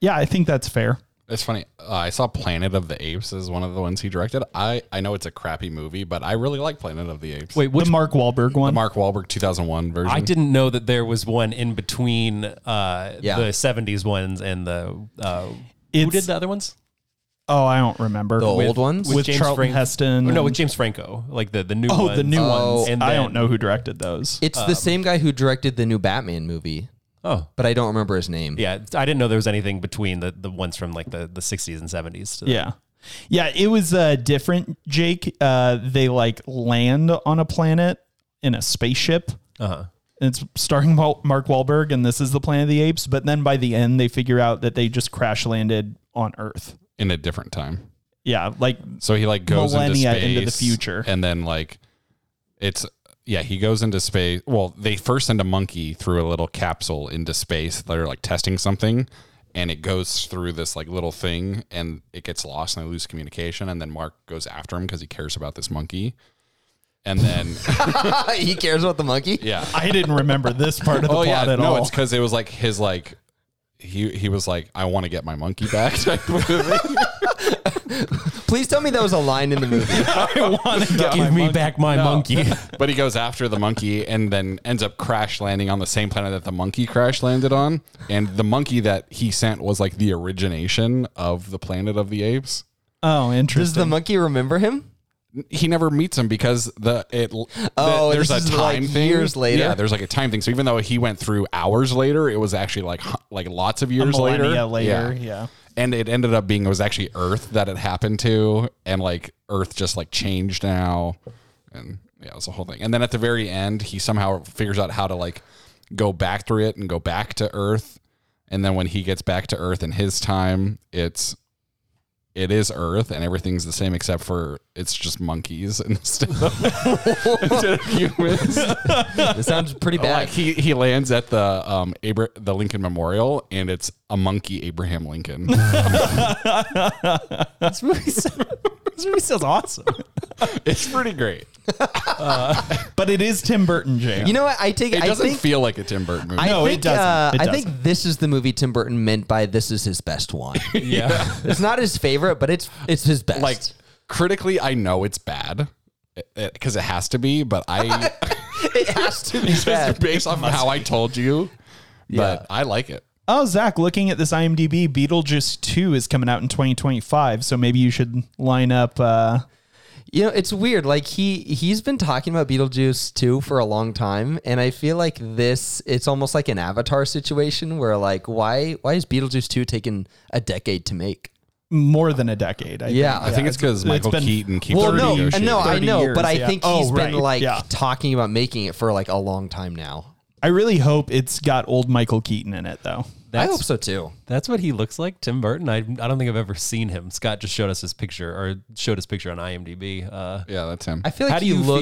Yeah, I think that's fair. It's funny. Uh, I saw Planet of the Apes as one of the ones he directed. I, I know it's a crappy movie, but I really like Planet of the Apes. Wait, which the Mark Wahlberg one. Mark Wahlberg 2001 version. I didn't know that there was one in between uh, Yeah. the '70s ones and the uh, who It's- did the other ones? oh, I don't remember. The with old ones. with James Charlton Frank- Heston. Or no, and- with James Franco, like the the new. Oh, the new Oh, ones. and I then- don't know who directed those. It's the same guy who directed the new Batman movie, Oh, but I don't remember his name. yeah. I didn't know there was anything between the the ones from like the the '60s and '70s. to- yeah. Yeah, it was uh, different, Jake. Uh, they like land on a planet in a spaceship. Uh-huh. And it's starring Mal- Mark Wahlberg, and this is the Planet of the Apes. But then by the end, they figure out that they just crash landed on Earth. in a different time. Yeah, like So he like goes into Millennia space into the future. and then like it's yeah he goes into space. Well, they first send a monkey through a little capsule into space. They're like testing something, and it goes through this like little thing, and it gets lost, and they lose communication. And then Mark goes after him because he cares about this monkey. And then he cares about the monkey. yeah, I didn't remember this part of the oh yeah, plot no, at all. it's because it was like his like. He, he was like, I want to get my monkey back. type of thing. Please tell me that was a line in the movie. I want to Give me back my monkey. but he goes after the monkey and then ends up crash landing on the same planet that the monkey crash landed on. And the monkey that he sent was like the origination of the planet of the apes. Oh, Does the interesting. monkey remember him? He never meets him because the it Oh, the- there's this a is, time like, thing. years later. Yeah, there's like a time thing. So even though he went through hours later, it was actually like hu- like lots of years millennia later. later, yeah. yeah. And it ended up being it was actually Earth that it happened to, and like Earth just like changed now, and yeah, it was the whole thing. And then at the very end, he somehow figures out how to like go back through it and go back to Earth. And then when he gets back to Earth in his time, it's it is Earth and everything's the same except for it's just monkeys instead of, instead of humans. It sounds pretty Like bad. he he lands at the um Abra- the Lincoln Memorial and it's a monkey Abraham Lincoln. this movie sounds, this movie sounds awesome. it's pretty great. But it is Tim Burton, Jake. You know what? I take. It I doesn't think, feel like a Tim Burton movie. I No, it think, doesn't. uh, It I think this is the movie Tim Burton meant by "this is his best one." Yeah. it's not his favorite, but it's it's his best. like critically, I know it's bad because it has to be, but I it has to be just bad. based off of how I told you, but I like it. Oh, Zach, looking at this IMDb, Beetlejuice 2 is coming out in 2025, so maybe you should line up. Uh, You know, it's weird. Like he he's been talking about Beetlejuice too for a long time, and I feel like this it's almost like an Avatar situation where like why why is Beetlejuice two taking a decade to make? more than a decade. I Yeah, I think it's because Michael been- Keaton keeps Well, no, renegotiating. no, I 30 know, years, but I yeah. think Oh, he's right, been like yeah. talking about making it for like a long time now. I really hope it's got old Michael Keaton in it, though. I hope so too. That's what he looks like, Tim Burton. I I don't think I've ever seen him. Scott just showed us his picture or showed his picture on IMDb. Uh, Yeah, that's him. I feel like how do he you looks.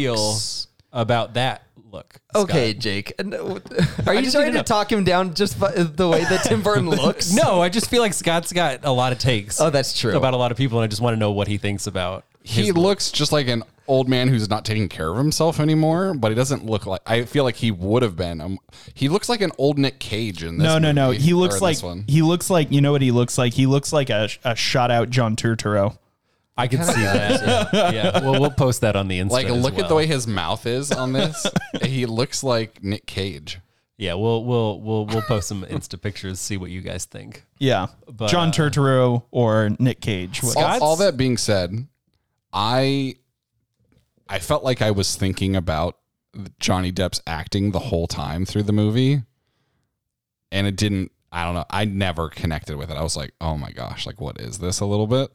feel about that look? Scott? Okay, Jake. And, uh, Are you trying just to need to know. talk him down just by the way that Tim Burton looks? No, I just feel like Scott's got a lot of takes. Oh, that's true. About a lot of people, and I just want to know what he thinks about. he looks just like an old man who's not taking care of himself anymore, but he doesn't look like. I feel like he would have been. Um, he looks like an old Nick Cage in this. No, no, no. movie, He or looks in like this one. he looks like you know what he looks like. He looks like a, a shot out John Turturro. I can see that. yeah. Well, we'll post that on the Instagram. Like, look at the way his mouth is on this. he looks like Nick Cage. Yeah, we'll we'll we'll we'll post some Insta pictures. See what you guys think. Yeah, But, John uh, Turturro or Nick Cage. All, Scott's- all that being said, I I felt like I was thinking about Johnny Depp's acting the whole time through the movie. And it didn't, I don't know. I never connected with it. I was like, oh my gosh, like, what is this a little bit?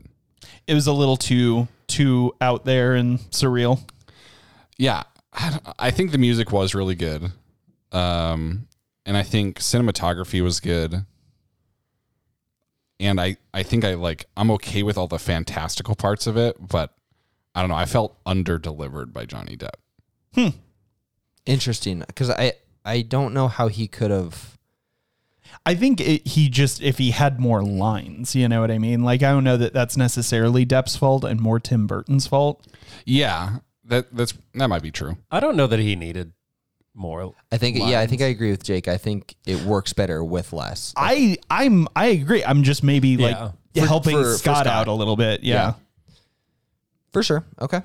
It was a little too too out there and surreal. yeah I, don't- I think the music was really good um and i think cinematography was good and i i think i like i'm okay with all the fantastical parts of it but i don't know i felt under delivered by johnny depp Interesting, because I I don't know how he could have. I think it, he just if he had more lines, you know what I mean? Like I don't know that that's necessarily Depp's fault and more Tim Burton's fault. yeah that that's that might be true I don't know that he needed more. I think yeah, I think I agree with Jake. I think it works better with less. I I'm I agree. I'm just maybe Yeah. like For- helping for- for Scott, Scott. out a little bit. Yeah. yeah. For sure. Okay.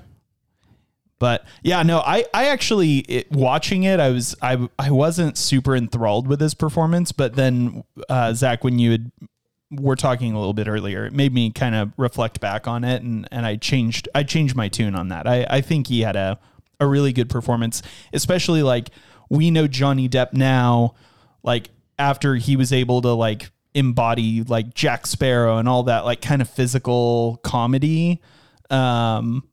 But yeah, no, I I actually it, watching it, I was I I wasn't super enthralled with his performance. But then uh, Zach, when you had were talking a little bit earlier, it made me kind of reflect back on it, and and I changed I changed my tune on that. I I think he had a a really good performance, especially like we know Johnny Depp now, like after he was able to like embody like Jack Sparrow and all that like kind of physical comedy. Um,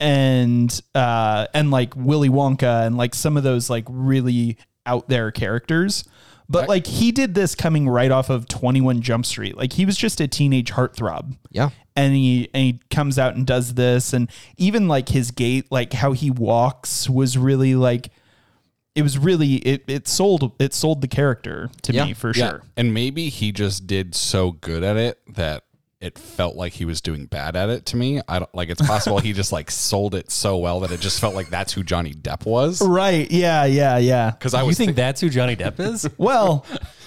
and uh and like Willy Wonka and like some of those like really out there characters. But like he did this coming right off of 21 Jump Street. Like he was just a teenage heartthrob. Yeah. And he and he comes out and does this and even like his gait, like how he walks was really like it was really it it sold it sold the character to Yeah. me for Yeah. sure. and maybe he just did so good at it that it felt like he was doing bad at it to me i don't like it's possible he just like sold it so well that it just felt like that's who johnny depp was Right. Yeah, yeah, yeah. because i You was think that's who Johnny Depp is? Well,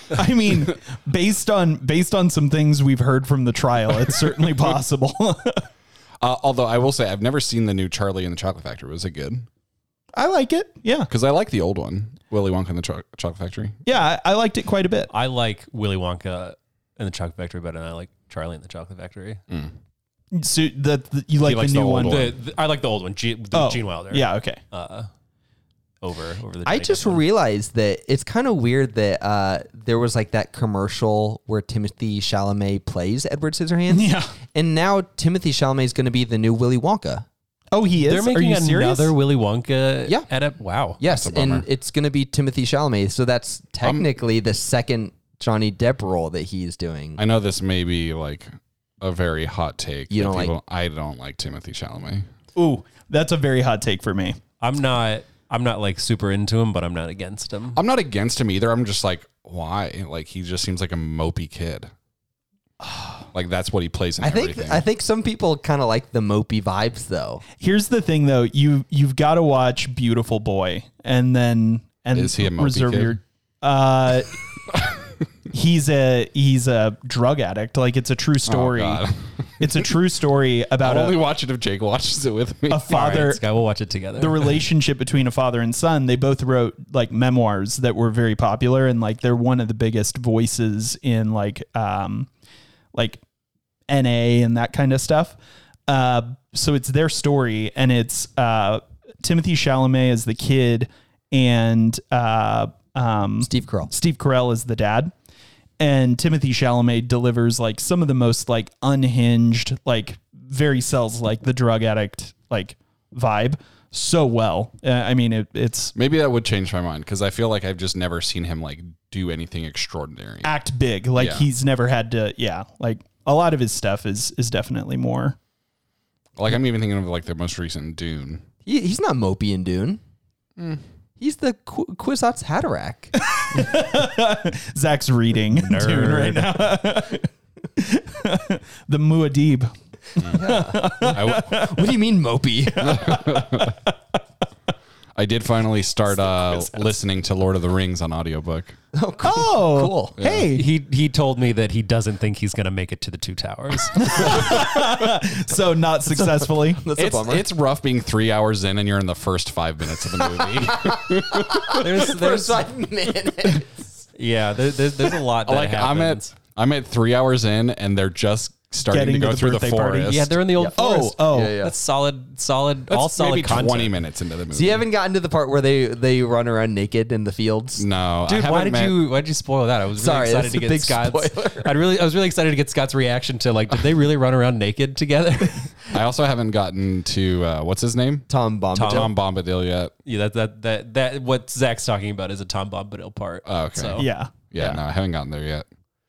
I mean, based on based on some things we've heard from the trial, it's certainly possible. Uh, although I will say I've never seen the new Charlie and the Chocolate Factory. Was it good? I like it. Yeah. Because I like the old one, Willy Wonka and the Cho- Chocolate Factory. Yeah, I, I liked it quite a bit. I like Willy Wonka and the Chocolate Factory better than I like Charlie and the Chocolate Factory. Mm. So the, the- you like the likes the new old one? one. The, the- I like the old one, G, the Oh, Gene Wilder. Uh, Yeah, okay. over over the. I Johnny just Depp one. realized that it's kind of weird that uh, there was like that commercial where Timothy Chalamet plays Edward Scissorhands. Yeah. And now Timothy Chalamet is going to be the new Willy Wonka. Oh, he is. they're Are making you serious? another Willy Wonka. Yeah. Edit. Wow. Yes, and it's going to be Timothy Chalamet. So that's technically the second Johnny Depp role that he's doing. I know this may be like a very hot take. You that don't like- I don't like Timothy Chalamet. Ooh, that's a very hot take for me. I'm not. I'm not like super into him, but I'm not against him. I'm not against him either. I'm just like, why? Like he just seems like a mopey kid. Like that's what he plays in I think everything. I think some people kind of like the mopey vibes though. Here's the thing, though you you've got to watch Beautiful Boy, and then and Is he a mopey kid? Uh, he's a he's a drug addict. Like it's a true story. Oh, God. it's a true story about I'll only a, watch it if Jake watches it with me. a All father. right, Sky, we'll watch it together. the relationship between a father and son they both wrote like memoirs that were very popular and like they're one of the biggest voices in like um like na and that kind of stuff uh so it's their story and it's uh timothy chalamet is the kid and uh um Steve Carell. Steve Carell is the dad, and Timothy Chalamet delivers like some of the most like unhinged, like very sells like the drug addict like vibe so well. Uh, I mean, it, it's Maybe that would change my mind because I feel like I've just never seen him like do anything extraordinary. act big, like Yeah. he's never had to. Yeah, like a lot of his stuff is is definitely more. Like I'm even thinking of like the most recent Dune. He, he's not mopey in Dune. He's the Qu- Kwisatz Haderach. Zach's reading Dune right now. the Muad'Dib. I w- what do you mean mopey? I did finally start uh, listening to Lord of the Rings on audiobook. Oh, Cool. Hey, he he told me that he doesn't think he's gonna make it to the two towers. so not successfully. That's a It's, bummer. it's rough being three hours in and you're in the first five minutes of the movie. there's First there's five minutes. yeah there, there's there's a lot that like I'm at happens. I'm at three hours in and they're just starting Getting to go to the through the birthday party. forest. Yeah, Yeah, they're in the old Oh, forest. oh, Yeah, yeah. That's solid, solid, That's all solid maybe content. twenty minutes into the movie. So you haven't gotten to the part where they they run around naked in the fields. no, I Dude, why haven't did met- you why did you spoil that? I was Sorry, really excited that's the to get big Scott's. spoiler. I really, I was really excited to get Scott's reaction to like, did they really run around naked together? I also haven't gotten to uh, what's his name, Tom Bombadil. Tom Bombadil yet. yeah, that that that that what Zach's talking about is a Tom Bombadil part. Oh, okay. So, yeah. Yeah, no, I haven't gotten there yet.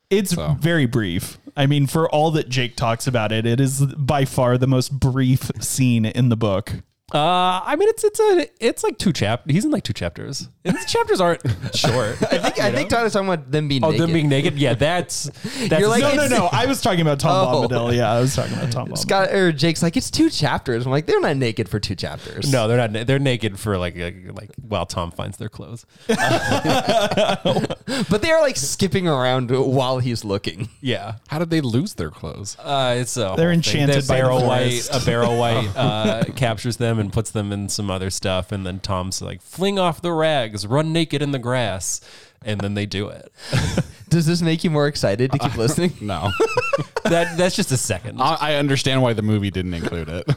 It's very brief. I mean, for all that Jake talks about it, it is by far the most brief scene in the book. Uh, I mean, it's it's a it's like two chap. He's in like two chapters. And the chapters aren't short. I think I think Tyler's talking about them being oh, naked. them being naked. Yeah, that's that's You're like- No, no, It's- no. I was talking about Tom Oh. Bombadil. Yeah, I was talking about Tom Bombadil. Scott or Jake's like it's two chapters. I'm like they're not naked for two chapters. No, they're not. na- They're naked for like like, like while Tom finds their clothes. but they are like skipping around while he's looking. Yeah, How did they lose their clothes? uh, it's a They're whole thing. enchanted That by the barrel white. forest. A barrel white uh, captures them and puts them in some other stuff, and then Tom's like, "Fling off the rags, run naked in the grass," and then they do it. Does this make you more excited to keep listening? No, That that's just a second. I, I understand why the movie didn't include it.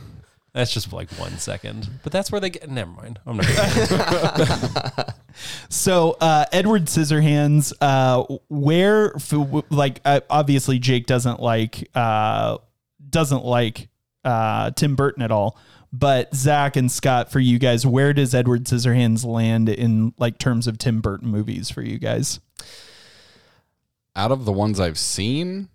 That's just like one second. But that's where they get. Never mind. I'm not. Gonna So uh, Edward Scissorhands, uh, where f- w- like uh, obviously Jake doesn't like uh, doesn't like uh, Tim Burton at all, but Zach and Scott, for you guys, where does Edward Scissorhands land in like terms of Tim Burton movies for you guys? Out of the ones I've seen,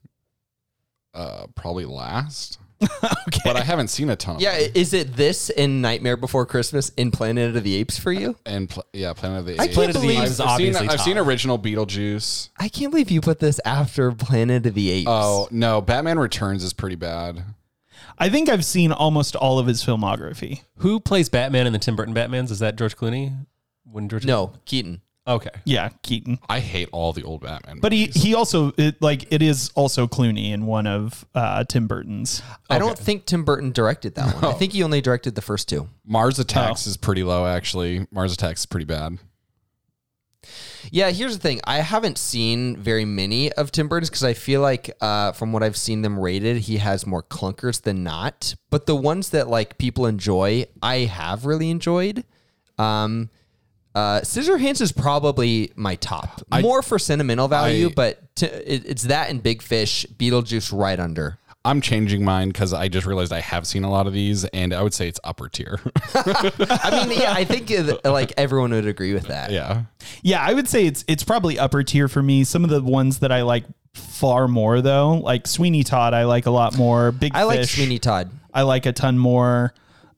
uh, probably last. okay, but I haven't seen a ton. Of Yeah, them. i- is it this in Nightmare Before Christmas in Planet of the Apes for you? and pl- yeah, Planet of the I Apes. can't Planet of the believe- I've, Apes is I've seen, obviously I've top. seen original Beetlejuice. I can't believe you put this after Planet of the Apes. Oh no, Batman Returns is pretty bad. I think I've seen almost all of his filmography. Who plays Batman in the Tim Burton Batmans? Is that George Clooney? When George no, Keaton. Okay. Yeah, Keaton. I hate all the old Batman. But he, he also it, like it is also Clooney in one of uh, Tim Burton's. I don't think Tim Burton directed that one. I think he only directed the first two. Mars Attacks is pretty low actually. Mars Attacks is pretty bad. Yeah, here's the thing. I haven't seen very many of Tim Burton's because I feel like, uh, from what I've seen them rated, he has more clunkers than not. But the ones that like people enjoy, I have really enjoyed. Um, uh, Scissorhands is probably my top, more for sentimental value, I- but t- it, it's that and Big Fish, Beetlejuice right under. I'm changing mine because I just realized I have seen a lot of these, and I would say it's upper tier. I mean, yeah, I think uh, like everyone would agree with that. yeah, Yeah, I would say it's it's probably upper tier for me. Some of the ones that I like far more though, like Sweeney Todd, I like a lot more. Big I like Fish, Sweeney Todd. I like a ton more.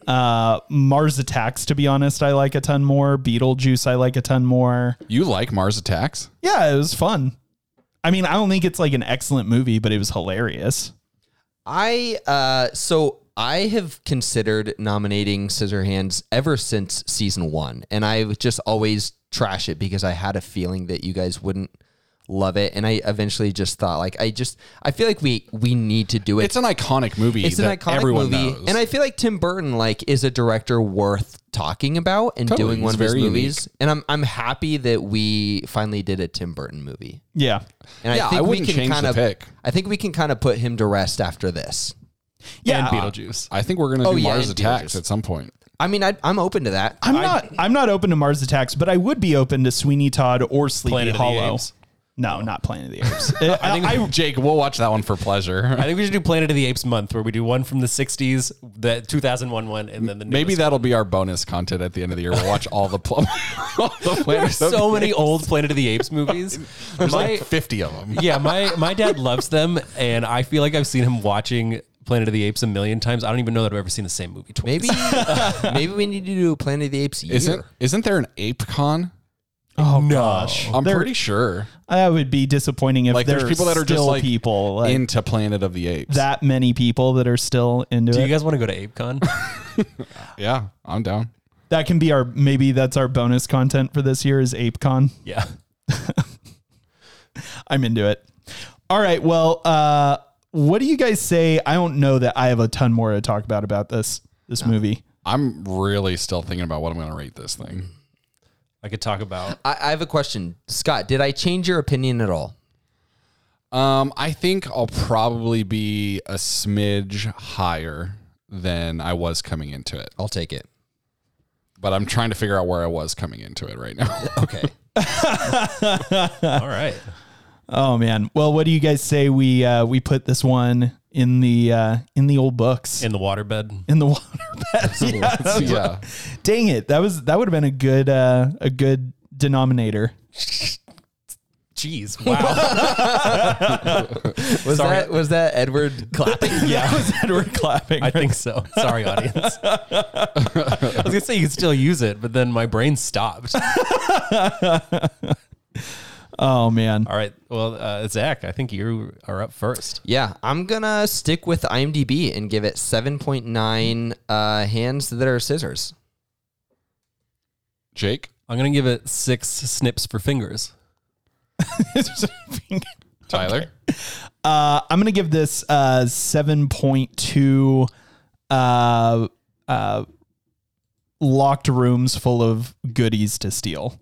Uh, Mars Attacks, to be honest, I like a ton more. Beetlejuice, I like a ton more. you like Mars Attacks? Yeah, it was fun. I mean, I don't think it's like an excellent movie, but it was hilarious. I uh so I have considered nominating Scissorhands ever since season one, and I would just always trash it because I had a feeling that you guys wouldn't love it, and I eventually just thought like I just I feel like we we need to do it. It's an iconic movie. It's an that iconic everyone movie, knows. and I feel like Tim Burton like is a director worth talking about and Totally, doing one he's of his very movies. And I'm I'm happy that we finally did a Tim Burton movie. Yeah. And Yeah, I think I we wouldn't can change the kind of pick. I think we can kind of put him to rest after this. Yeah. uh, Beetlejuice. I think we're gonna do Oh, yeah, Mars and Attacks Beetlejuice. at some point. I mean, I, I'm open to that. I'm not I'm not open to Mars Attacks, but I would be open to Sweeney Todd or Sleepy Planet of the Hollow. Apes. No, not Planet of the Apes. I, I- Jake, we'll watch that one for pleasure. I think we should do Planet of the Apes month, where we do one from the '60s, the 2001 one, and then the Maybe newest. that'll be our bonus content at the end of the year. We'll watch all the plum. all the There are Planet of so the- many old Planet of the Apes movies. There's My- like 50 of them. yeah, my my dad loves them, and I feel like I've seen him watching Planet of the Apes a million times. I don't even know that I've ever seen the same movie twice. Maybe maybe we need to do a Planet of the Apes year. Isn't isn't there an ape con? oh gosh. I'm There- pretty sure. That would be disappointing if Like there's, there's people that are still just like people like into Planet of the Apes. that many people that are still into Do it. you guys want to go to ApeCon? yeah, I'm down. that can be our maybe that's our bonus content for this year is ApeCon. yeah. I'm into it. All right, well, uh, what do you guys say? I don't know that I have a ton more to talk about about this this movie. I'm really still thinking about what I'm going to rate this thing. I could talk about I, I have a question, Scott. Did I change your opinion at all? Um, I think I'll probably be a smidge higher than I was coming into it, I'll take it. but I'm trying to figure out where I was coming into it right now. Okay. All right. Oh man. Well, what do you guys say we uh, we put this one in the uh, in the old books In the waterbed. in the water bed? Yeah, that was- yeah. Dang it. That was that would have been a good uh, a good denominator. Jeez. Wow. Was that was that Edward clapping? Yeah, was Edward clapping. I think so. Sorry, audience. I was gonna say you can still use it, but then my brain stopped. oh man. All right. Well, uh, Zach, I think you are up first. Yeah, I'm gonna stick with IMDb and give it 7.9 uh, hands that are scissors. Jake, I'm gonna give it six snips for fingers. Tyler, Uh, I'm gonna give this uh, seven point two uh, uh, locked rooms full of goodies to steal.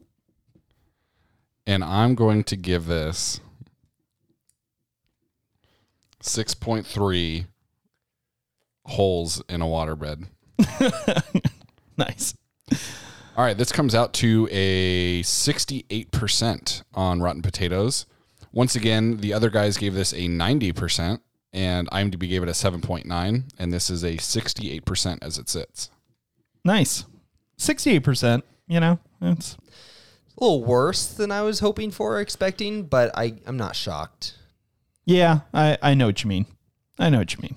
and I'm going to give this 6.3 holes in a waterbed. Nice. All right, this comes out to a 68% on Rotten Potatoes. Once again, the other guys gave this a 90%, and IMDb gave it a 7.9, and this is a 68% as it sits. Nice. Sixty eight percent, you know, it's A little worse than I was hoping for or expecting, but I, I'm not shocked. yeah, I, I know what you mean. I know what you mean.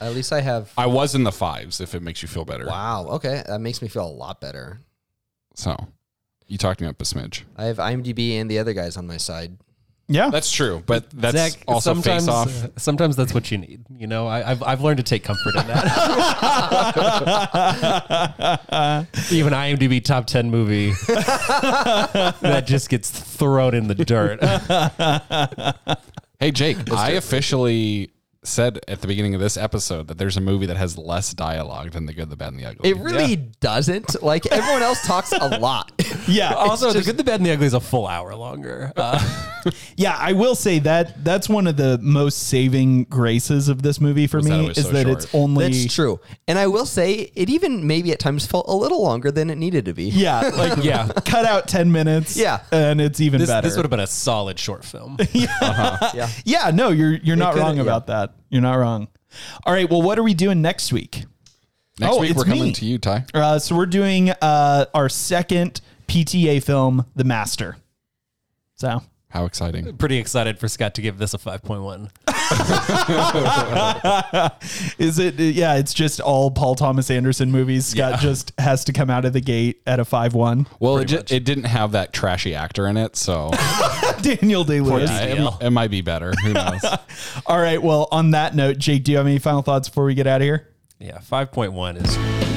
At least I have. I was in the fives, if it makes you feel better. Wow. Okay. That makes me feel a lot better. So you talked me up a smidge. I have IMDb and the other guys on my side. Yeah. That's true, but that's Zach, also sometimes face off. uh, sometimes that's what you need. You know, I, I've I've learned to take comfort in that. Even IMDb top ten movie that just gets thrown in the dirt. Hey, Jake, I officially said at the beginning of this episode that there's a movie that has less dialogue than The Good, the Bad, and the Ugly. It really doesn't. Like everyone else talks a lot. yeah. also, the good, the bad, and the ugly is a full hour longer. Uh, Yeah, I will say that that's one of the most saving graces of this movie for that it me was is so that short. it's only That's true. And I will say it even maybe at times felt a little longer than it needed to be. yeah, like Yeah. cut out 10 minutes Yeah. and it's even this better. this would have been a solid short film. Yeah. yeah, no, you're you're not coulda- wrong yeah. about that. You're not wrong. All right, well what are we doing next week? Next Oh, week, it's we're coming me. to you, Ty. Uh, so we're doing uh, our second PTA film, The Master. So How exciting. Pretty excited for Scott to give this a five point one. is it? Yeah, it's just all Paul Thomas Anderson movies. Scott just has to come out of the gate at a five one. Well, it, ju- it didn't have that trashy actor in it, so Daniel Day Lewis. yeah, it, it might be better. Who knows? All right. Well, on that note, Jake, do you have any final thoughts before we get out of here? Yeah, five point one is